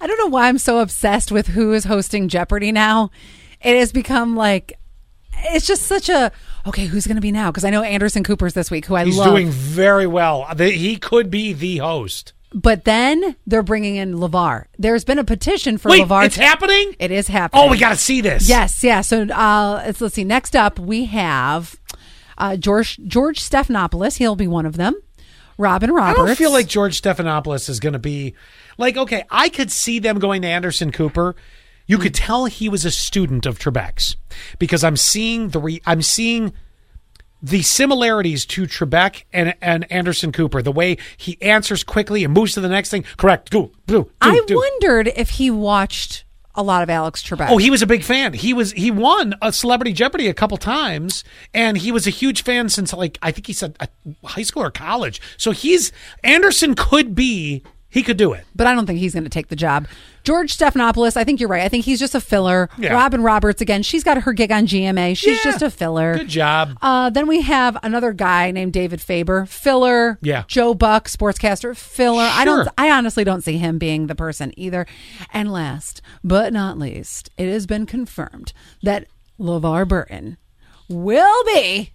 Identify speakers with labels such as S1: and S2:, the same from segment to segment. S1: I don't know why I'm so obsessed with who is hosting Jeopardy now. It has become like it's just such a okay. Who's going to be now? Because I know Anderson Cooper's this week, who I
S2: He's
S1: love.
S2: doing very well. The- He could be the host.
S1: but then they're bringing in Levar. There's been a petition for
S2: Wait,
S1: Levar.
S2: it's happening?
S1: It is happening.
S2: Oh, we got to see this.
S1: Yes, yeah. So uh, let's, let's see. Next up, we have uh, George George Stephanopoulos. He'll be one of them. Robin
S2: I
S1: Roberts.
S2: don't feel like George Stephanopoulos is going to be like okay. I could see them going to Anderson Cooper. You could tell he was a student of Trebek's because I'm seeing the re- I'm seeing the similarities to Trebek and and Anderson Cooper. The way he answers quickly and moves to the next thing. Correct. Do, do, do,
S1: I
S2: do.
S1: wondered if he watched a lot of Alex Trebek.
S2: Oh, he was a big fan. He was he won a Celebrity Jeopardy a couple times, and he was a huge fan since like I think he said uh, high school or college. So he's Anderson could be he could do it.
S1: but I don't think he's going to take the job. George Stephanopoulos, I think you're right. I think he's just a filler.
S2: Yeah.
S1: Robin Roberts again. She's got her gig on GMA. She's
S2: Yeah.
S1: just a filler.
S2: Good job.
S1: Uh, then we have another guy named David Faber, filler.
S2: Yeah.
S1: Joe Buck, sportscaster, filler. I don't.
S2: Sure.
S1: I honestly don't see him being the person either. And last but not least, it has been confirmed that LeVar Burton will be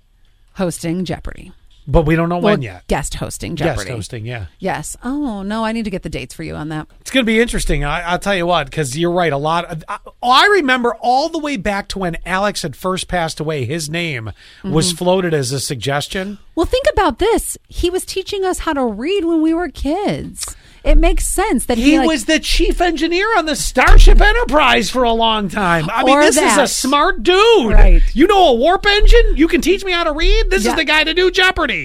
S1: hosting Jeopardy.
S2: But we don't know
S1: Well,
S2: when yet.
S1: guest hosting Jeopardy.
S2: Yes, hosting. Yeah,
S1: Yes. Oh no, I need to get the dates for you on that.
S2: it's going to be interesting. I, I'll tell you what, because you're right. A lot. Of, I, oh, I remember all the way back to when Alex had first passed away. His name
S1: Mm-hmm.
S2: was floated as a suggestion.
S1: Well, think about this. He was teaching us how to read when we were kids. It makes sense that he,
S2: He
S1: like-
S2: was the chief engineer on the Starship Enterprise for a long time. I mean,
S1: Or
S2: this is a
S1: that.
S2: smart dude.
S1: Right.
S2: You know a warp engine? You can teach me how to read? This
S1: Yeah.
S2: is the guy to do Jeopardy.